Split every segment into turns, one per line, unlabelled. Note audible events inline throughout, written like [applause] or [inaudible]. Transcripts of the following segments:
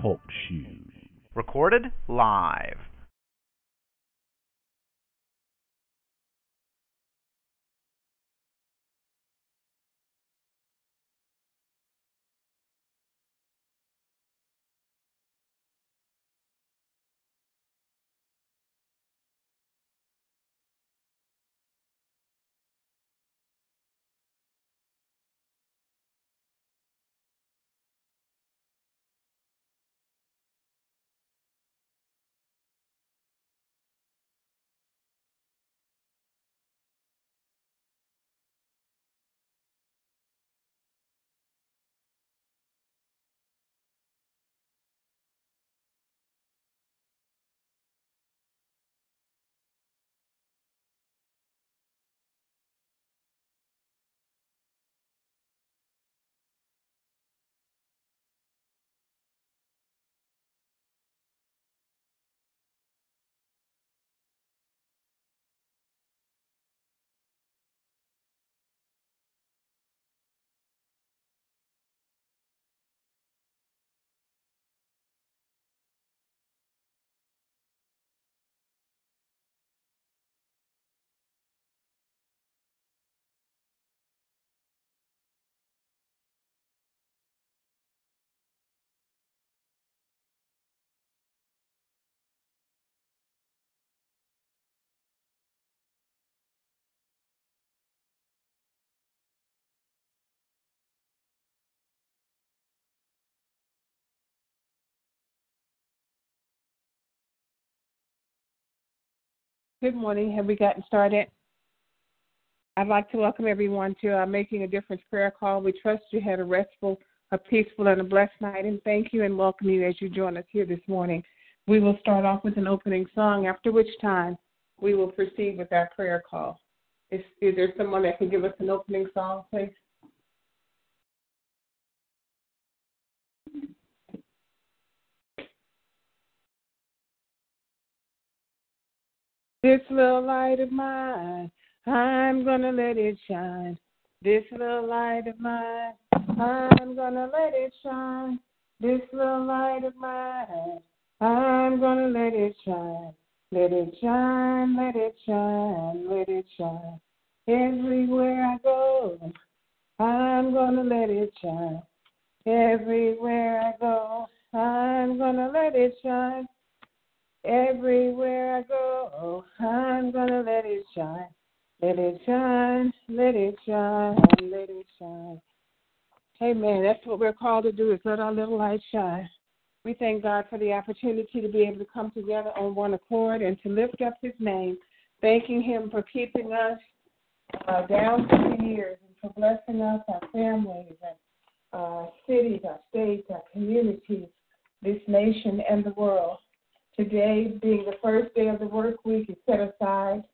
Talk shoes. Recorded live.
Good morning. Have we gotten started? I'd like to welcome everyone to our Making a Difference prayer call. We trust you had a restful, a peaceful, and a blessed night, and thank you and welcome you as you join us here this morning. We will start off with an opening song, after which time we will proceed with our prayer call. Is, is there someone that can give us an opening song, please? This little light of mine, I'm gonna let it shine. This little light of mine, I'm gonna let it shine. This little light of mine, I'm gonna let it shine. Let it shine, let it shine, let it shine. Everywhere I go, I'm gonna let it shine. Everywhere I go, I'm gonna let it shine. Everywhere I go, oh, I'm gonna let it shine. Let it shine, let it shine, let it shine. Amen. That's what we're called to do is let our little light shine. We thank God for the opportunity to be able to come together on one accord and to lift up his name, thanking him for keeping us uh, down through the years and for blessing us, our families, and our uh, cities, our states, our communities, this nation, and the world. Today, being the first day of the work week, is set aside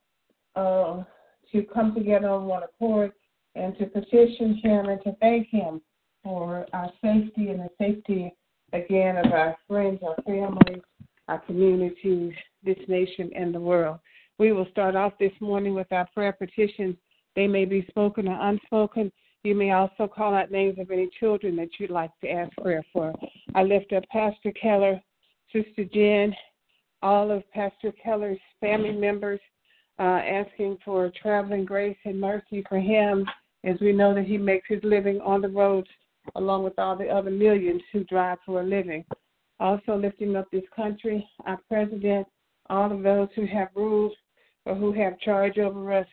uh, to come together on one accord and to petition Him and to thank Him for our safety and the safety again of our friends, our families, our communities, this nation, and the world. We will start off this morning with our prayer petitions. They may be spoken or unspoken. You may also call out names of any children that you'd like to ask prayer for. I lift up Pastor Keller, Sister Jen, all of Pastor Keller's family members, uh, asking for traveling grace and mercy for him, as we know that he makes his living on the roads along with all the other millions who drive for a living. Also, lifting up this country, our president, all of those who have ruled or who have charge over us,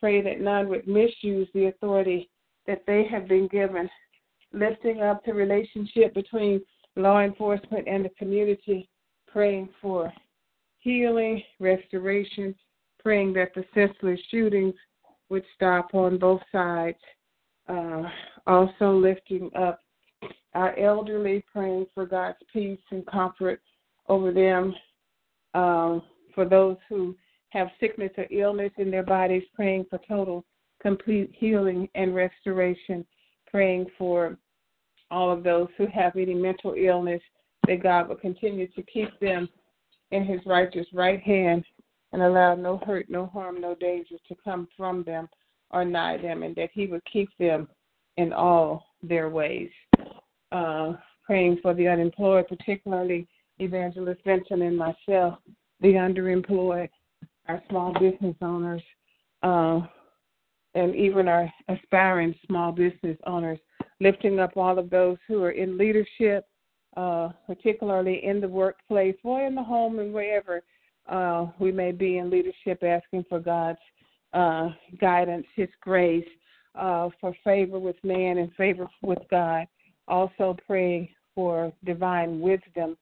pray that none would misuse the authority that they have been given. Lifting up the relationship between law enforcement and the community praying for healing, restoration, praying that the senseless shootings would stop on both sides. Uh, also lifting up our elderly, praying for God's peace and comfort over them. Um, for those who have sickness or illness in their bodies, praying for total, complete healing and restoration. Praying for all of those who have any mental illness, that God will continue to keep them in His righteous right hand and allow no hurt, no harm, no danger to come from them or nigh them, and that He would keep them in all their ways. Uh, praying for the unemployed, particularly Evangelist Vincent and myself, the underemployed, our small business owners, uh, and even our aspiring small business owners, lifting up all of those who are in leadership, uh, particularly in the workplace or in the home and wherever uh, we may be in leadership, asking for God's uh, guidance, His grace, uh, for favor with man and favor with God. Also praying for divine wisdom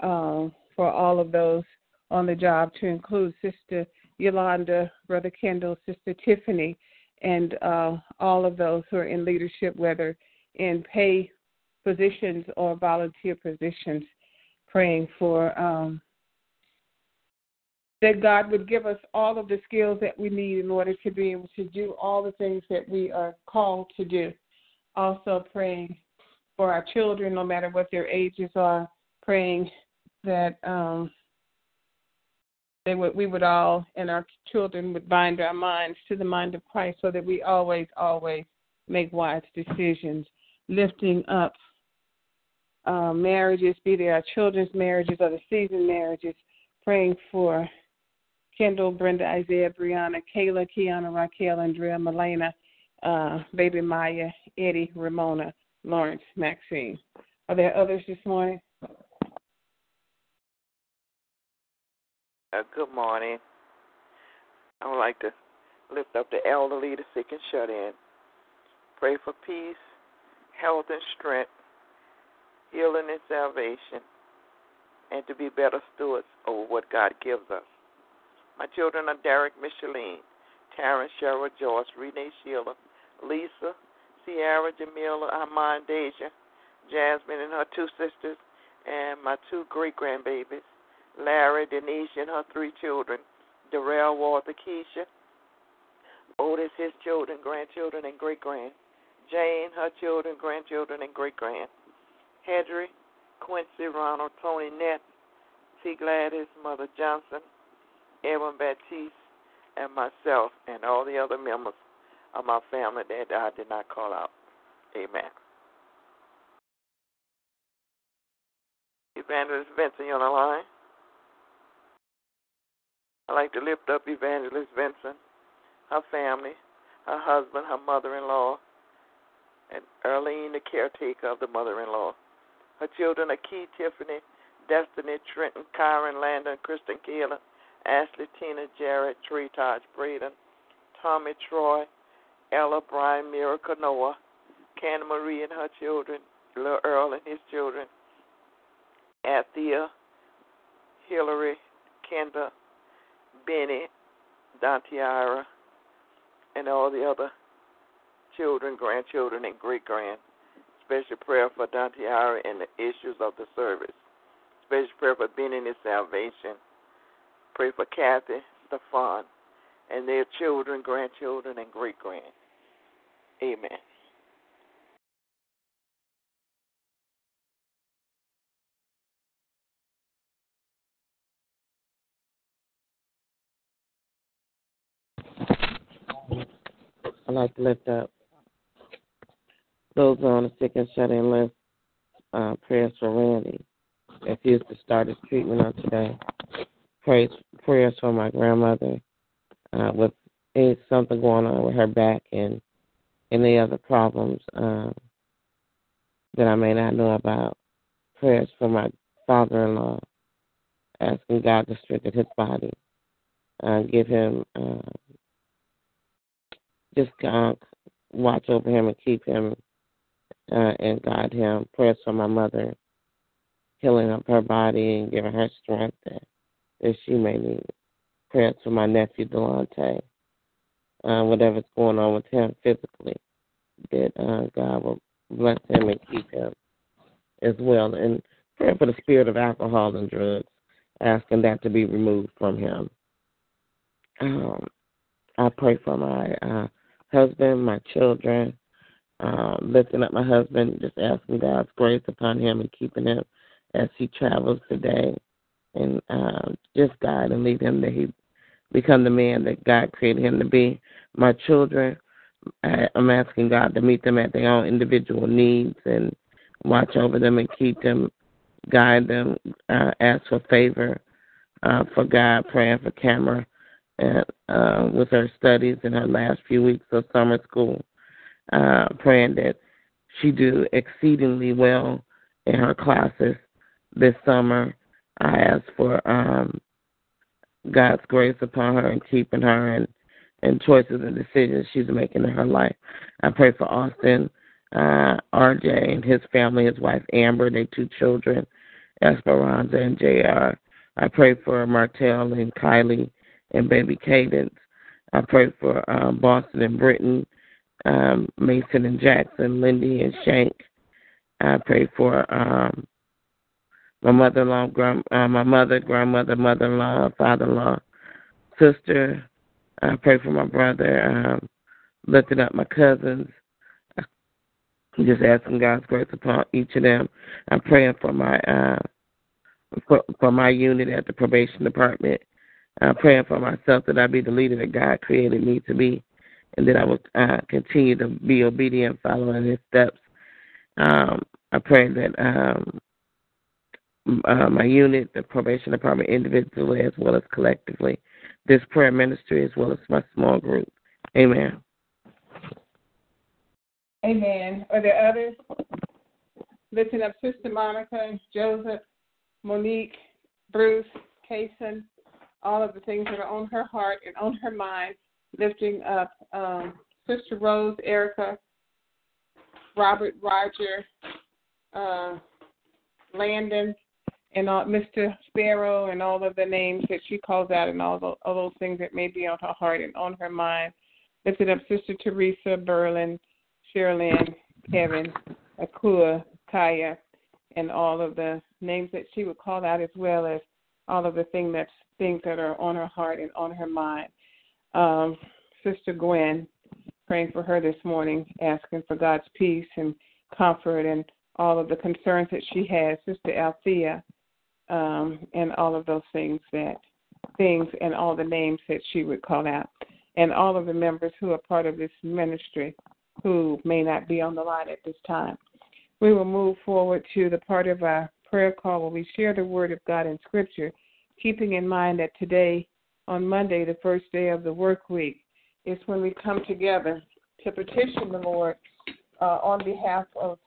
um, for all of those on the job, to include Sister Yolanda, Brother Kendall, Sister Tiffany, and uh, all of those who are in leadership, whether in pay positions or volunteer positions, praying for um, that God would give us all of the skills that we need in order to be able to do all the things that we are called to do. Also, praying for our children, no matter what their ages are, praying that um, they would, we would all and our children would bind our minds to the mind of Christ so that we always, always make wise decisions, lifting up uh, marriages, be they our children's marriages or the seasoned marriages, praying for Kendall, Brenda, Isaiah, Brianna, Kayla, Kiana, Raquel, Andrea, Milena, uh, baby Maya, Eddie, Ramona, Lawrence, Maxine. Are there others this morning?
Uh, good morning. I would like to lift up the elderly, the sick and shut in. Pray for peace, health and strength, healing and salvation, and to be better stewards over what God gives us. My children are Derek Micheline, Taryn, Cheryl, Joyce, Renee, Sheila, Lisa, Sierra, Jamila, Armand, Deja, Jasmine, and her two sisters, and my two great grandbabies. Larry, Denise, and her three children, Darrell, Walter, Keisha, Otis, his children, grandchildren, and great grand, Jane, her children, grandchildren, and great grand, Hedry, Quincy, Ronald, Tony, Nett, T. Gladys, Mother Johnson, Edwin Baptiste, and myself, and all the other members of my family that I did not call out. Amen. Evangelist Vincent, you on the line? I'd like to lift up Evangelist Vincent, her family, her husband, her mother in law, and Earlene, the caretaker of the mother in law. Her children are Key, Tiffany, Destiny, Trenton, Kyron, Landon, Kristen, Kayla, Ashley, Tina, Jared, Tree, Taj, Braden, Tommy, Troy, Ella, Brian, Miracle, Noah, Canna Marie and her children, Lil Earl and his children, Athea, Hillary, Kendra, Benny, Dontiara, and all the other children, grandchildren, and great grand. Special prayer for Dontiara and the issues of the service. Special prayer for Benny and his salvation. Pray for Kathy, Stefan, and their children, grandchildren, and great grand. Amen.
I'd like to lift up those on the sick and shut in list. Uh, prayers for Randy. Refused to start his treatment on today. Praise, prayers for my grandmother uh, with is something going on with her back and any other problems um, that I may not know about. Prayers for my father-in-law, asking God to strengthen his body, uh, give him. Uh, just uh, watch over him and keep him uh, and guide him. Prayers for my mother, healing up her body and giving her strength that, that she may need. Prayers for my nephew Delonte, uh, whatever's going on with him physically. that uh, God will bless him and keep him as well. And prayer for the spirit of alcohol and drugs, asking that to be removed from him. Um, I pray for my uh, husband, my children, uh, lifting up my husband, just asking God's grace upon him and keeping him as he travels today. And uh, just guide and lead him that he become the man that God created him to be. My children, I, I'm asking God to meet them at their own individual needs and watch over them and keep them, guide them, uh, ask for favor uh, for God, praying for Camera and, uh, with her studies in her last few weeks of summer school, uh, praying that she do exceedingly well in her classes this summer. I ask for um, God's grace upon her and keeping her and and choices and decisions she's making in her life. I pray for Austin, uh, RJ and his family, his wife Amber, their two children, Esperanza and JR. I pray for Martell and Kylie and baby Cadence. I pray for um, Boston and Britton, um, Mason and Jackson, Lindy and Shank. I pray for um, my mother-in-law, grand, uh, my mother, grandmother, mother-in-law, father-in-law, sister. I pray for my brother. Um, lifting up my cousins. I'm just asking God's grace upon each of them. I'm praying for my uh, for, for my unit at the probation department. I'm uh, praying for myself that I be the leader that God created me to be, and that I will uh, continue to be obedient, following His steps. Um, I pray that um, uh, my unit, the probation department, individually as well as collectively, this prayer ministry as well as my small group. Amen.
Amen. Are there others? Listen up, Sister Monica, Joseph, Monique, Bruce, Kason, all of the things that are on her heart and on her mind, lifting up um, Sister Rose, Erica, Robert, Roger, uh, Landon, and all, Mr. Sparrow, and all of the names that she calls out, and all, the, all those things that may be on her heart and on her mind. Lifting up Sister Teresa, Berlin, Sherilyn, Kevin, Akua, Kaya, and all of the names that she would call out, as well as all of the thing that's, things that are on her heart and on her mind. Um, Sister Gwen, praying for her this morning, asking for God's peace and comfort and all of the concerns that she has. Sister Althea, um, and all of those things that things and all the names that she would call out, and all of the members who are part of this ministry who may not be on the line at this time. We will move forward to the part of our prayer call where we share the Word of God in Scripture, keeping in mind that today, on Monday, the first day of the work week, is when we come together to petition the Lord uh, on behalf of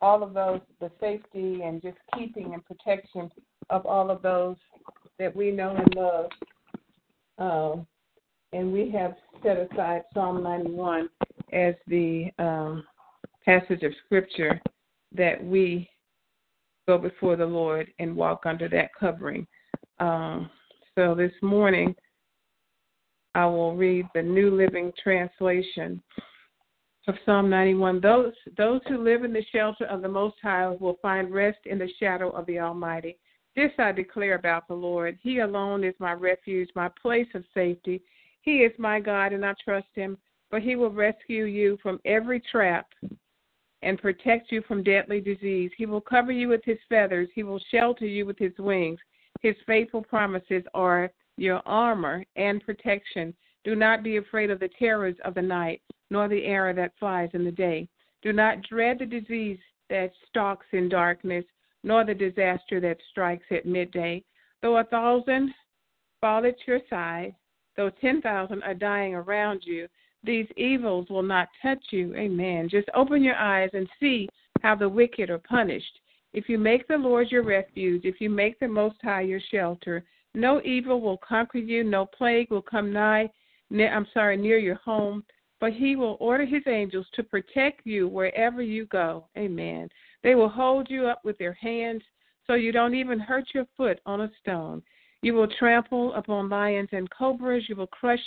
all of those, the safety and just keeping and protection of all of those that we know and love. Um, and we have set aside Psalm 91 as the um, passage of scripture that we go before the Lord and walk under that covering. Um, so this morning, I will read the New Living Translation of Psalm 91. Those those who live in the shelter of the Most High will find rest in the shadow of the Almighty. This I declare about the Lord. He alone is my refuge, my place of safety. He is my God, and I trust him for he will rescue you from every trap and protect you from deadly disease. He will cover you with his feathers, he will shelter you with his wings. His faithful promises are your armor and protection. Do not be afraid of the terrors of the night, nor the arrow that flies in the day. Do not dread the disease that stalks in darkness, nor the disaster that strikes at midday. Though a thousand fall at your side, though 10,000 are dying around you, these evils will not touch you. Amen. Just open your eyes and see how the wicked are punished. If you make the Lord your refuge, if you make the Most High your shelter, no evil will conquer you, no plague will come nigh, ne- I'm sorry, near your home, but he will order his angels to protect you wherever you go. Amen. They will hold you up with their hands so you don't even hurt your foot on a stone. You will trample upon lions and cobras, you will crush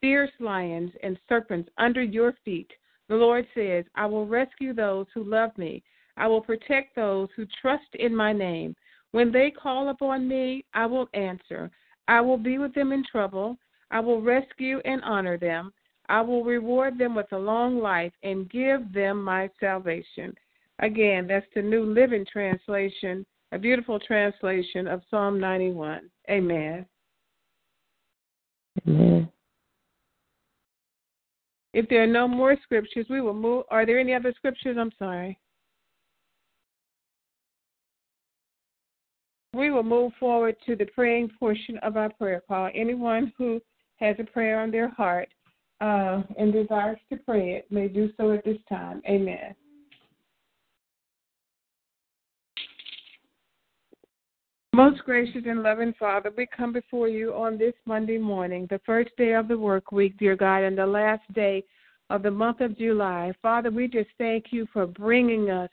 fierce lions and serpents under your feet. The Lord says, I will rescue those who love me. I will protect those who trust in my name. When they call upon me, I will answer. I will be with them in trouble. I will rescue and honor them. I will reward them with a long life and give them my salvation. Again, that's the New Living Translation, a beautiful translation of Psalm 91. Amen.
Amen.
If there are no more scriptures, we will move. Are there any other scriptures? I'm sorry. We will move forward to the praying portion of our prayer call. Anyone who has a prayer on their heart uh, and desires to pray it may do so at this time. Amen. Most gracious and loving Father, we come before you on this Monday morning, the first day of the work week, dear God, and the last day of the month of July. Father, we just thank you for bringing us,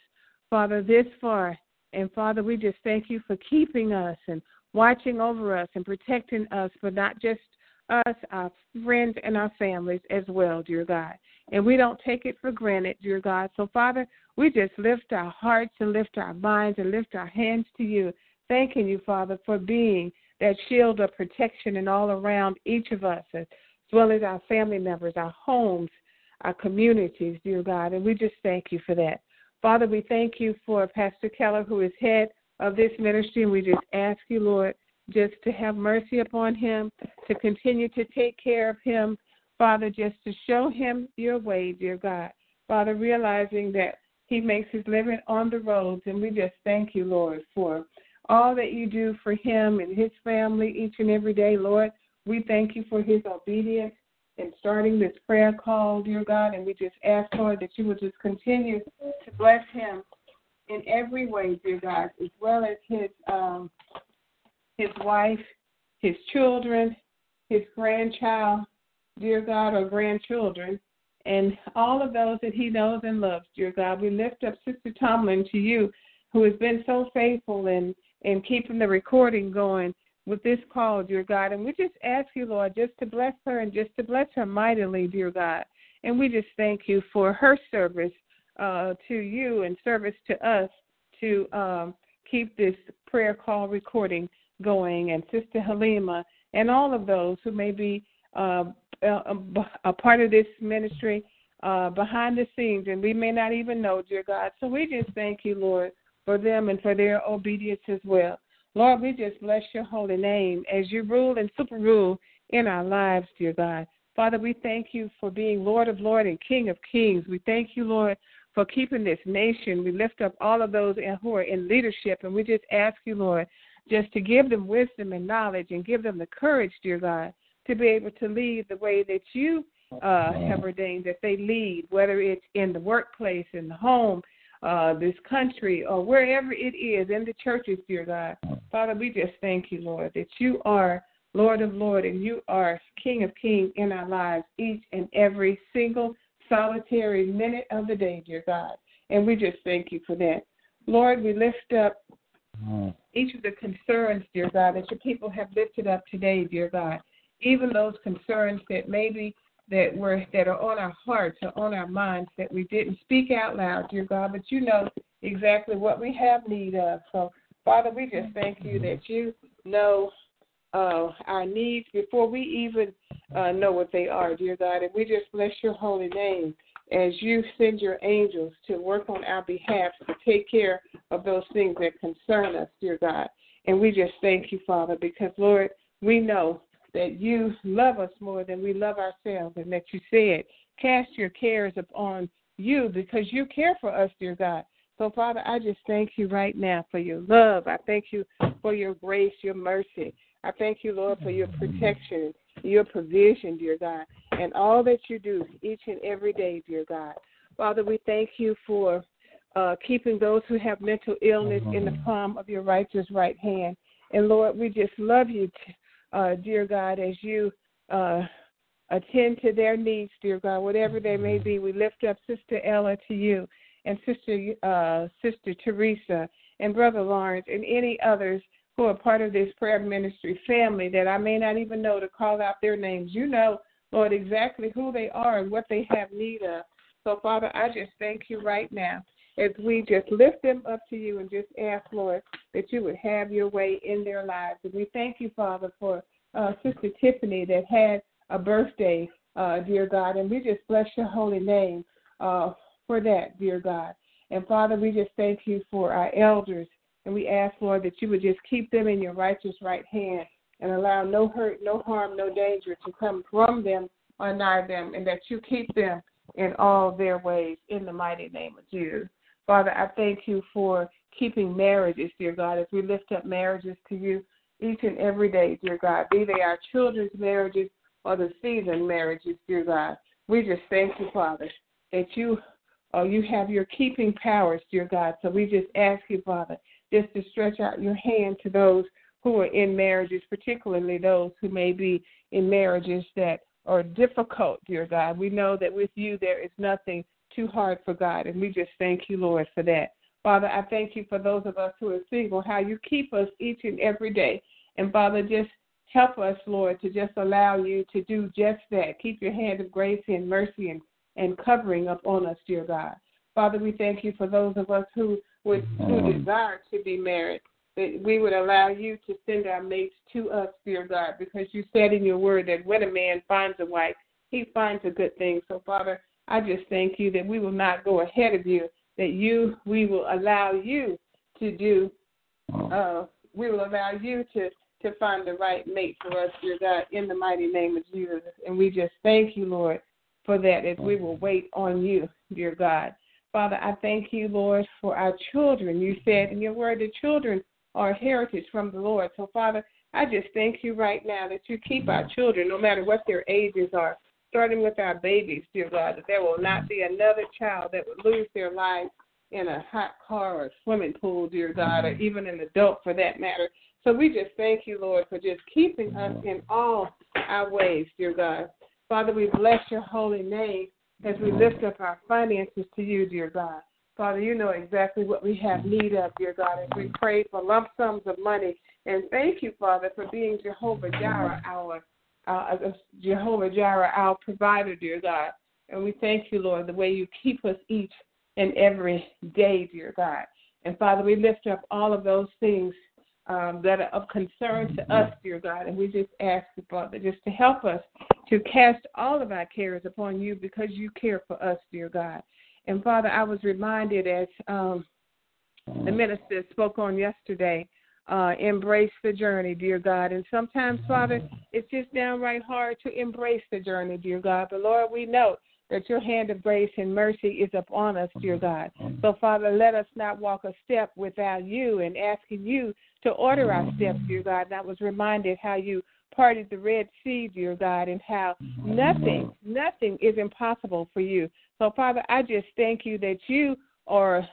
Father, this far. And Father, we just thank you for keeping us and watching over us and protecting us, but not just us, our friends, and our families as well, dear God. And we don't take it for granted, dear God. So, Father, we just lift our hearts and lift our minds and lift our hands to you thanking you, Father, for being that shield of protection and all around each of us, as well as our family members, our homes, our communities, dear God. And we just thank you for that. Father, we thank you for Pastor Keller, who is head of this ministry, and we just ask you, Lord, just to have mercy upon him, to continue to take care of him, Father, just to show him your way, dear God. Father, realizing that he makes his living on the roads, and we just thank you, Lord, for all that you do for him and his family each and every day, Lord. We thank you for his obedience in starting this prayer call, dear God. And we just ask, Lord, that you will just continue to bless him in every way, dear God, as well as his um, his wife, his children, his grandchild, dear God, or grandchildren, and all of those that he knows and loves, dear God. We lift up Sister Tomlin to you, who has been so faithful and and keeping the recording going with this call, dear God. And we just ask you, Lord, just to bless her and just to bless her mightily, dear God. And we just thank you for her service uh, to you and service to us to um, keep this prayer call recording going. And Sister Halima and all of those who may be uh, a, a part of this ministry uh, behind the scenes, and we may not even know, dear God. So we just thank you, Lord for them and for their obedience as well. Lord, we just bless your holy name as you rule and super rule in our lives, dear God. Father, we thank you for being Lord of Lords and King of Kings. We thank you, Lord, for keeping this nation. We lift up all of those who are in leadership, and we just ask you, Lord, just to give them wisdom and knowledge and give them the courage, dear God, to be able to lead the way that you uh, have ordained that they lead, whether it's in the workplace, in the home, uh, this country or wherever it is in the churches, dear God. Father, we just thank you, Lord, that you are Lord of Lord and you are King of King in our lives each and every single solitary minute of the day, dear God. And we just thank you for that. Lord, we lift up each of the concerns, dear God, that your people have lifted up today, dear God. Even those concerns that maybe that were that are on our hearts or on our minds that we didn't speak out loud, dear God, but you know exactly what we have need of. So, Father, we just thank you that you know uh, our needs before we even uh, know what they are, dear God, and we just bless your holy name as you send your angels to work on our behalf to take care of those things that concern us, dear God. And we just thank you, Father, because Lord, we know that you love us more than we love ourselves, and that you said, Cast your cares upon you because you care for us, dear God. So, Father, I just thank you right now for your love. I thank you for your grace, your mercy. I thank you, Lord, for your protection, your provision, dear God, and all that you do each and every day, dear God. Father, we thank you for uh, keeping those who have mental illness in the palm of your righteous right hand. And Lord, we just love you. T- uh, dear God, as you uh, attend to their needs, dear God, whatever they may be. We lift up Sister Ella to you, and Sister uh, Sister Teresa, and Brother Lawrence, and any others who are part of this prayer ministry family that I may not even know to call out their names. You know, Lord, exactly who they are and what they have need of. So, Father, I just thank you right now as we just lift them up to you and just ask, Lord, that you would have your way in their lives. And we thank you, Father, for uh, Sister Tiffany that had a birthday, uh, dear God. And we just bless your holy name uh, for that, dear God. And Father, we just thank you for our elders. And we ask, Lord, that you would just keep them in your righteous right hand and allow no hurt, no harm, no danger to come from them or nigh them, and that you keep them in all their ways in the mighty name of Jesus. Father, I thank you for keeping marriages, dear God, as we lift up marriages to you each and every day, dear God, be they our children's marriages or the season marriages, dear God. We just thank you, Father, that you oh, you have your keeping powers, dear God. So we just ask you, Father, just to stretch out your hand to those who are in marriages, particularly those who may be in marriages that are difficult, dear God. We know that with you there is nothing too hard for God, and we just thank you, Lord, for that. Father, I thank you for those of us who are single, how you keep us each and every day. And Father, just help us, Lord, to just allow you to do just that. Keep your hand of grace and mercy and, and covering up on us, dear God. Father, we thank you for those of us who would who desire to be married that we would allow you to send our mates to us, dear God, because you said in your word that when a man finds a wife, he finds a good thing. So, Father, I just thank you that we will not go ahead of you, that you we will allow you to do uh, we will allow you to to find the right mate for us, dear God, in the mighty name of Jesus. And we just thank you, Lord, for that as we will wait on you, dear God. Father, I thank you, Lord, for our children. You said in your word the children our heritage from the Lord. So, Father, I just thank you right now that you keep our children, no matter what their ages are, starting with our babies, dear God, that there will not be another child that would lose their life in a hot car or swimming pool, dear God, or even an adult for that matter. So, we just thank you, Lord, for just keeping us in all our ways, dear God. Father, we bless your holy name as we lift up our finances to you, dear God. Father, you know exactly what we have need of, dear God, as we pray for lump sums of money. And thank you, Father, for being Jehovah Jireh, our uh, Jehovah Jireh, our provider, dear God. And we thank you, Lord, the way you keep us each and every day, dear God. And Father, we lift up all of those things um, that are of concern to us, dear God. And we just ask you, Father, just to help us to cast all of our cares upon you because you care for us, dear God. And Father, I was reminded as um, the minister spoke on yesterday, uh, embrace the journey, dear God. And sometimes, Father, it's just downright hard to embrace the journey, dear God. But Lord, we know that your hand of grace and mercy is upon us, dear God. So, Father, let us not walk a step without you and asking you to order our steps, dear God. And I was reminded how you parted the Red Sea, dear God, and how nothing, nothing is impossible for you. So, Father, I just thank you that you are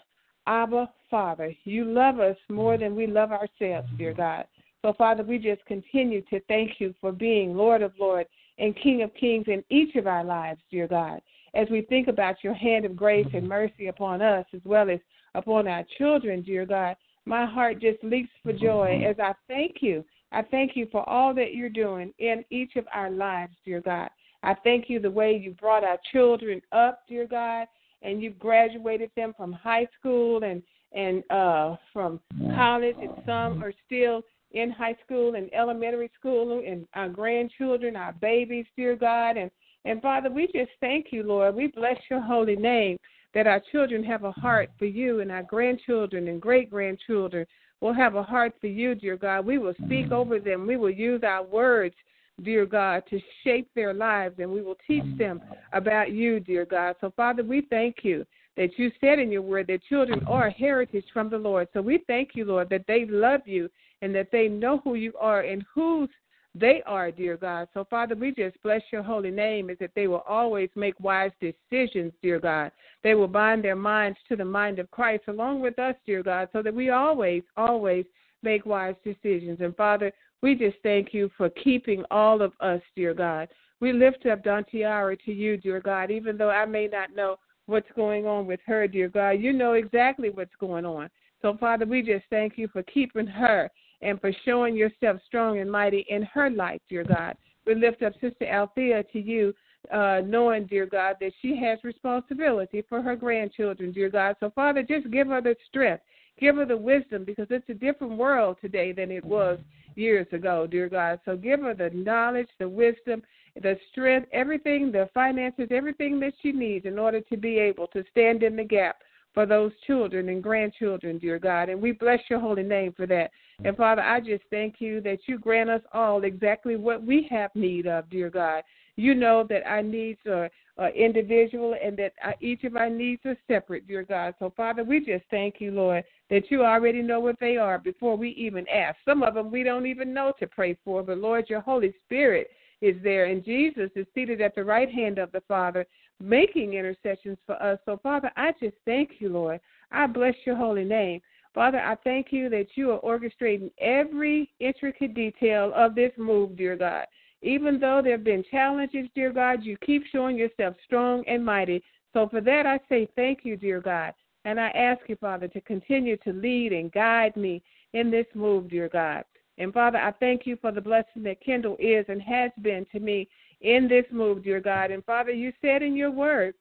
Abba, Father. You love us more than we love ourselves, dear God. So, Father, we just continue to thank you for being Lord of Lords and King of Kings in each of our lives, dear God. As we think about your hand of grace and mercy upon us as well as upon our children, dear God, my heart just leaps for joy as I thank you I thank you for all that you're doing in each of our lives, dear God. I thank you the way you brought our children up, dear God, and you've graduated them from high school and and uh, from college, and some are still in high school and elementary school, and our grandchildren, our babies, dear God, and and Father, we just thank you, Lord. We bless your holy name that our children have a heart for you, and our grandchildren and great grandchildren will have a heart for you, dear God. We will speak over them. We will use our words, dear God, to shape their lives, and we will teach them about you, dear God. So, Father, we thank you that you said in your word that children are a heritage from the Lord. So, we thank you, Lord, that they love you and that they know who you are and whose they are, dear God. So, Father, we just bless your holy name is that they will always make wise decisions, dear God. They will bind their minds to the mind of Christ along with us, dear God, so that we always, always make wise decisions. And, Father, we just thank you for keeping all of us, dear God. We lift up Dontiara to you, dear God, even though I may not know what's going on with her, dear God. You know exactly what's going on. So, Father, we just thank you for keeping her and for showing yourself strong and mighty in her life, dear God. We lift up Sister Althea to you, uh, knowing, dear God, that she has responsibility for her grandchildren, dear God. So, Father, just give her the strength, give her the wisdom, because it's a different world today than it was years ago, dear God. So, give her the knowledge, the wisdom, the strength, everything, the finances, everything that she needs in order to be able to stand in the gap for those children and grandchildren, dear God. And we bless your holy name for that. And Father, I just thank you that you grant us all exactly what we have need of, dear God. You know that our needs are, are individual and that our, each of our needs are separate, dear God. So, Father, we just thank you, Lord, that you already know what they are before we even ask. Some of them we don't even know to pray for, but Lord, your Holy Spirit is there, and Jesus is seated at the right hand of the Father, making intercessions for us. So, Father, I just thank you, Lord. I bless your holy name. Father, I thank you that you are orchestrating every intricate detail of this move, dear God. Even though there have been challenges, dear God, you keep showing yourself strong and mighty. So, for that, I say thank you, dear God. And I ask you, Father, to continue to lead and guide me in this move, dear God. And Father, I thank you for the blessing that Kendall is and has been to me in this move, dear God. And Father, you said in your word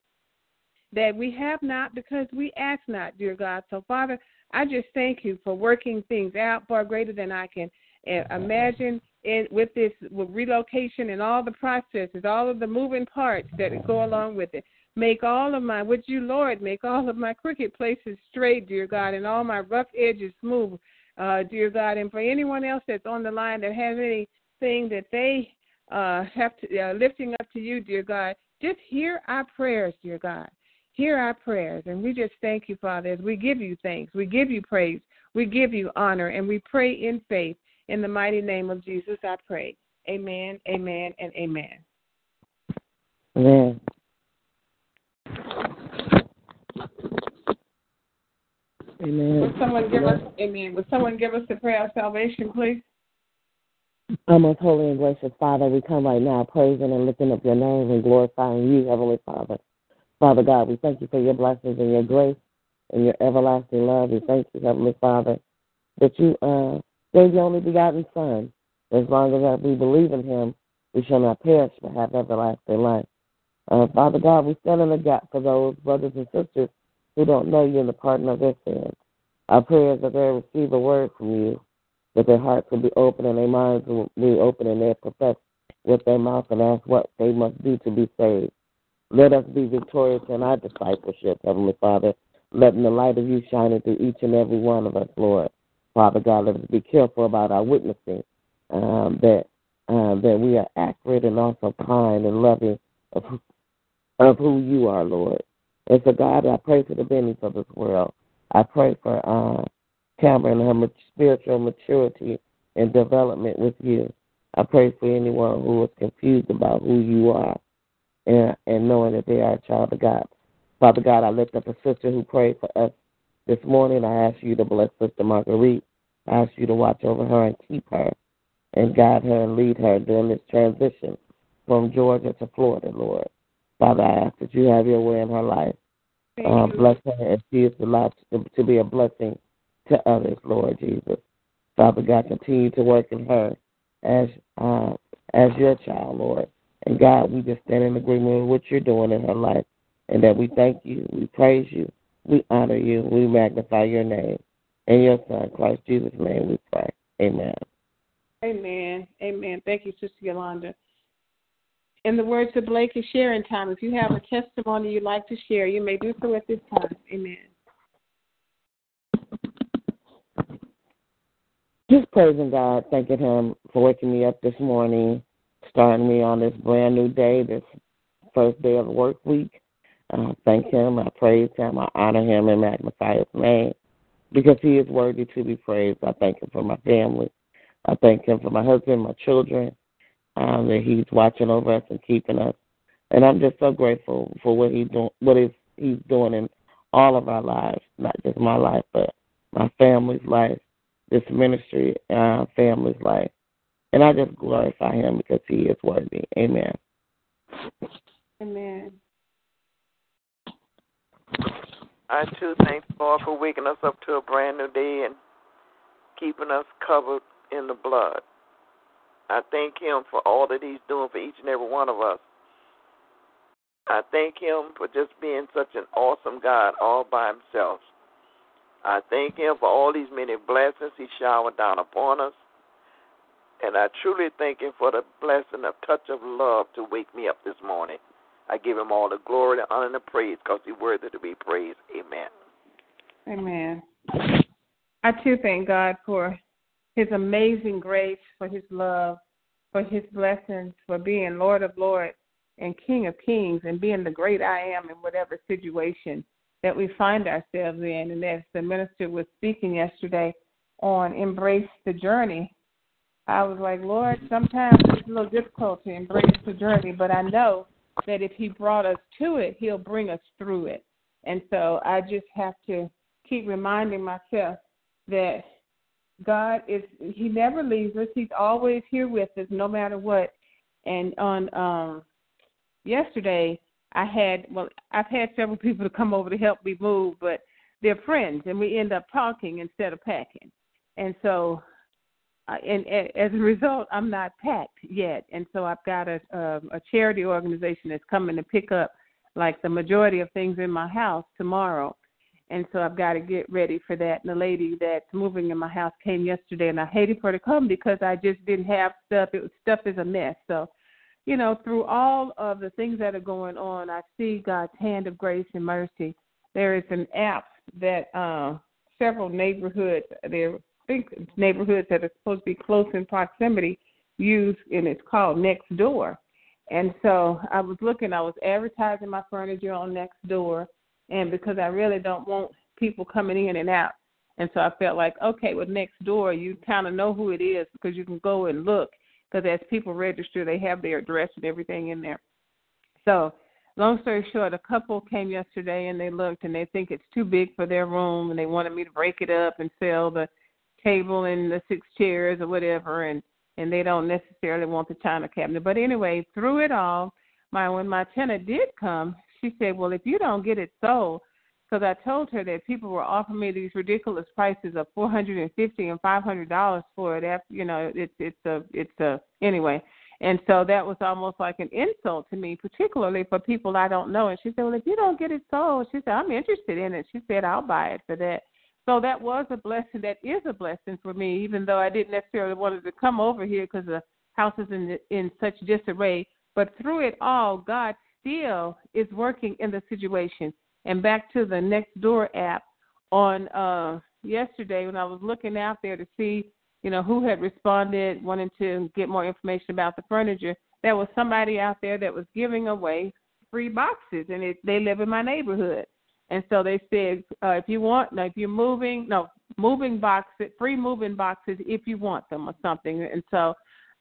that we have not because we ask not, dear God. So, Father, I just thank you for working things out far greater than I can eh, imagine. And with this with relocation and all the processes, all of the moving parts that go along with it, make all of my, would you, Lord, make all of my crooked places straight, dear God, and all my rough edges smooth. Uh, dear God. And for anyone else that's on the line that has anything that they uh, have to uh, lifting up to you, dear God, just hear our prayers, dear God. Hear our prayers, and we just thank you, Father, as we give you thanks, we give you praise, we give you honor, and we pray in faith. In the mighty name of Jesus, I pray. Amen, amen, and amen.
Amen. Amen.
Would someone give us, amen, would someone give us the prayer of salvation, please?
Our most holy and gracious Father, we come right now praising and lifting up your name and glorifying you, Heavenly Father. Father God, we thank you for your blessings and your grace and your everlasting love. We thank you, Heavenly Father, that you uh, gave your only begotten Son. As long as we believe in him, we shall not perish but have everlasting life. Uh, Father God, we stand in the gap for those brothers and sisters who don't know you and the pardon of their sins. Our prayers that they receive a word from you, that their hearts will be open and their minds will be open and they profess with their mouth and ask what they must do to be saved. Let us be victorious in our discipleship, Heavenly Father, letting the light of you shine through each and every one of us, Lord. Father God, let us be careful about our witnessing, um, that um, that we are accurate and also kind and loving of who, of who you are, Lord. And so, God, I pray for the benefits of this world. I pray for uh, Cameron her mat- spiritual maturity and development with you. I pray for anyone who is confused about who you are and, and knowing that they are a child of God. Father God, I lift up a sister who prayed for us this morning. I ask you to bless Sister Marguerite. I ask you to watch over her and keep her and guide her and lead her during this transition from Georgia to Florida, Lord. Father, I ask that you have your way in her life.
Thank
Uh,
you.
bless her as she is allowed to, to be a blessing to others, Lord Jesus. Father God, continue to work in her as uh, as your child, Lord. And God, we just stand in agreement with what you're doing in her life, and that we thank you, we praise you, we honor you, we magnify your name. In your Son, Christ Jesus' name, we pray. Amen.
Amen. Amen. Thank you, Sister Yolanda. In the words of Blake, it's sharing time. If you have a testimony you'd like to share, you may do so at this time. Amen.
just praising God, thanking Him for waking me up this morning, starting me on this brand new day, this first day of the work week. I thank Him, I praise Him, I honor Him, and magnify His name because He is worthy to be praised. I thank Him for my family. I thank Him for my husband, my children, um, that He's watching over us and keeping us. And I'm just so grateful for what He's doing, what is He's doing in all of our lives, not just my life, but my family's life this ministry uh, family's life. And I just glorify him because he is worthy. Amen.
Amen.
I too thank the Lord for waking us up to a brand new day and keeping us covered in the blood. I thank Him for all that He's doing for each and every one of us. I thank him for just being such an awesome God all by himself. I thank him for all these many blessings he showered down upon us. And I truly thank him for the blessing of touch of love to wake me up this morning. I give him all the glory, the honor, and the praise because he's worthy to be praised. Amen.
Amen. I too thank God for his amazing grace, for his love, for his blessings, for being Lord of Lords and King of Kings and being the great I am in whatever situation that we find ourselves in. And as the minister was speaking yesterday on embrace the journey, I was like, Lord, sometimes it's a little difficult to embrace the journey, but I know that if he brought us to it, he'll bring us through it. And so I just have to keep reminding myself that God is he never leaves us. He's always here with us no matter what. And on um yesterday I had well I've had several [laughs] people to come over to help me move, but they're friends and we end up talking instead of packing. And so uh, and, and as a result, I'm not packed yet, and so I've got a um, a charity organization that's coming to pick up like the majority of things in my house tomorrow, and so I've got to get ready for that. And the lady that's moving in my house came yesterday, and I hated for her to come because I just didn't have stuff. It was, stuff is a mess. So, you know, through all of the things that are going on, I see God's hand of grace and mercy. There is an app that uh, several neighborhoods there think neighborhoods that are supposed to be close in proximity use, and it's called Next Door. And so I was looking, I was advertising my furniture on Next Door, and because I really don't want people coming in and out. And so I felt like, okay, with Next Door, you kind of know who it is because you can go and look, because as people register, they have their address and everything in there. So, long story short, a couple came yesterday and they looked and they think it's too big for their room and they wanted me to break it up and sell the table and the six chairs or whatever and and they don't necessarily want the china cabinet but anyway through it all my when my tenant did come she said well if you don't get it sold because i told her that people were offering me these ridiculous prices of four hundred and fifty and five hundred dollars for it after you know it's it's a it's a anyway and so that was almost like an insult to me particularly for people i don't know and she said well if you don't get it sold she said i'm interested in it she said i'll buy it for that so that was a blessing. That is a blessing for me, even though I didn't necessarily wanted to come over here because the house is in in such disarray. But through it all, God still is working in the situation. And back to the next door app on uh, yesterday when I was looking out there to see, you know, who had responded, wanting to get more information about the furniture. There was somebody out there that was giving away free boxes, and it, they live in my neighborhood. And so they said, uh, if you want, no, if you're moving, no, moving boxes, free moving boxes if you want them or something. And so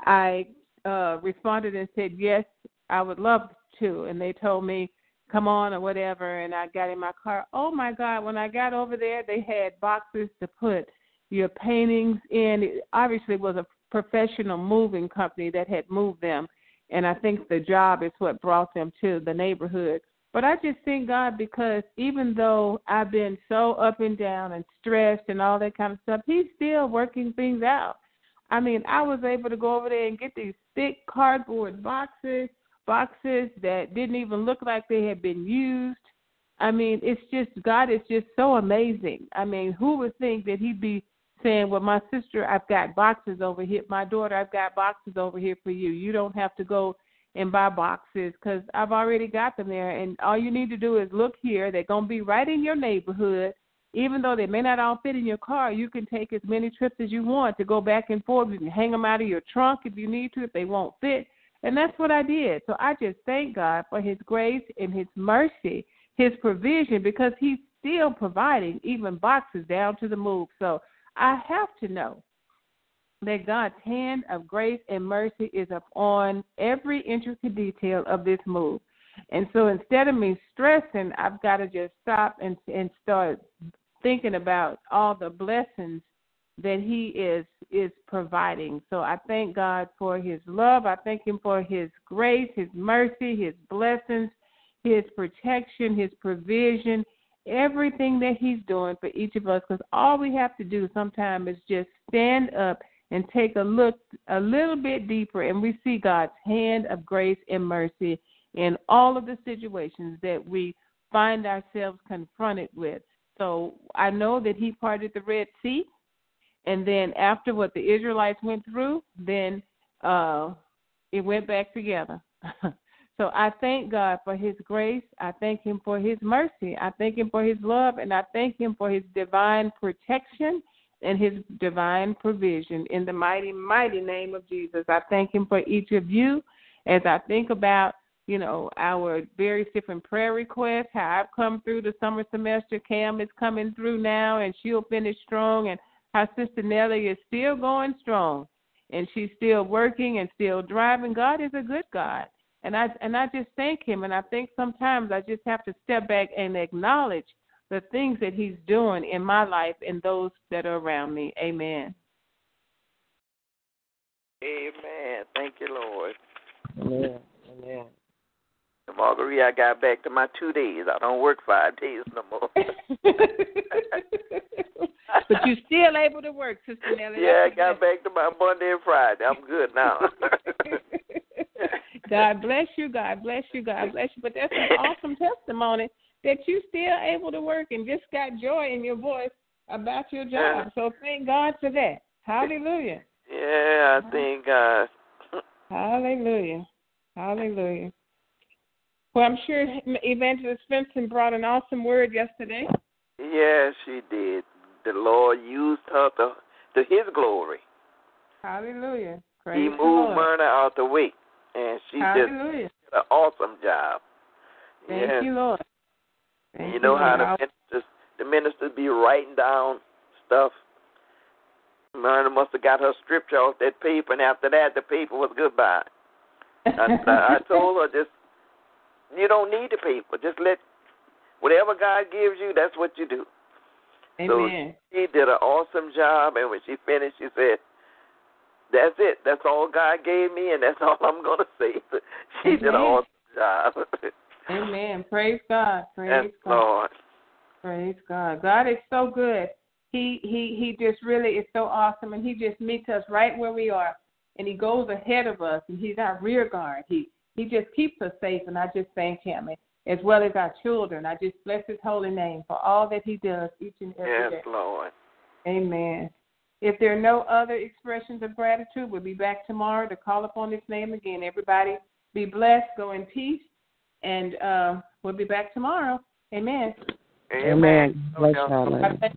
I uh, responded and said, yes, I would love to. And they told me, come on or whatever. And I got in my car. Oh my God, when I got over there, they had boxes to put your paintings in. It obviously was a professional moving company that had moved them. And I think the job is what brought them to the neighborhood. But I just thank God because even though I've been so up and down and stressed and all that kind of stuff, He's still working things out. I mean, I was able to go over there and get these thick cardboard boxes, boxes that didn't even look like they had been used. I mean, it's just God is just so amazing. I mean, who would think that He'd be saying, "Well, my sister, I've got boxes over here. My daughter, I've got boxes over here for you. You don't have to go." and buy boxes because I've already got them there. And all you need to do is look here. They're going to be right in your neighborhood. Even though they may not all fit in your car, you can take as many trips as you want to go back and forth. You can hang them out of your trunk if you need to, if they won't fit. And that's what I did. So I just thank God for His grace and His mercy, His provision, because He's still providing even boxes down to the move. So I have to know that God's hand of grace and mercy is upon every intricate detail of this move. And so instead of me stressing, I've got to just stop and and start thinking about all the blessings that he is is providing. So I thank God for his love. I thank him for his grace, his mercy, his blessings, his protection, his provision, everything that he's doing for each of us cuz all we have to do sometimes is just stand up and take a look a little bit deeper, and we see God's hand of grace and mercy in all of the situations that we find ourselves confronted with. So I know that he parted the Red Sea, and then after what the Israelites went through, then uh, it went back together. [laughs] so I thank God for his grace. I thank him for his mercy. I thank him for his love, and I thank him for his divine protection and his divine provision. In the mighty, mighty name of Jesus, I thank him for each of you as I think about you know, our various different prayer requests, how I've come through the summer semester. Cam is coming through now, and she'll finish strong, and how Sister Nellie is still going strong, and she's still working and still driving. God is a good God, and I and I just thank Him, and I think sometimes I just have to step back and acknowledge the things that He's doing in my life and those that are around me. Amen.
Amen. Thank you, Lord.
Amen. Amen.
Marguerite, I got back to my two days. I don't work five days no
[laughs]
more.
but you're still able to work, Sister Nellie.
yeah, I got back to my Monday and Friday. I'm good
[laughs]
now. [laughs]
God bless you. God bless you. God bless you. But that's an awesome testimony that you still able to work and just got joy in your voice about your job. So thank God for that. Hallelujah.
yeah, I think uh
Hallelujah. Hallelujah. Well, I'm sure Evangelist Vincent brought an awesome word yesterday.
yeah, she did. The Lord used her to to his glory.
Hallelujah.
he
Praise the
moved
Lord.
Myrna out the way and she just
Hallelujah.
did an awesome job.
Thank
yeah.
you, Lord. Thank
you know how
Lord.
the
I'll-
ministers the ministers be writing down stuff. Myrna must have got her scripture off that paper, and after that, the paper was goodbye. I,
[laughs]
I I told her just you don't need the paper. Just let whatever God gives you, that's what you do.
Amen.
She did an awesome job, and when she finished, she said, "That's it. That's all God gave me, and that's [laughs] all I'm gonna say." [laughs] She did an
Amen.
awesome job. [laughs]
Amen. Praise God.
yes,
Praise God.
Lord.
Praise God. God is so good. He he he just really is so awesome and he just meets us right where we are and he goes ahead of us and he's our rear guard. He he just keeps us safe and I just thank him and, as well as our children. I just bless his holy name for all that he does each and every day.
Yes, Lord.
Amen. If there are no other expressions of gratitude, we'll be back tomorrow to call upon his name again. Everybody be blessed, go in peace, and uh, we'll be back tomorrow. Amen.
Amen. Bless
Okay.
y'all. ladies.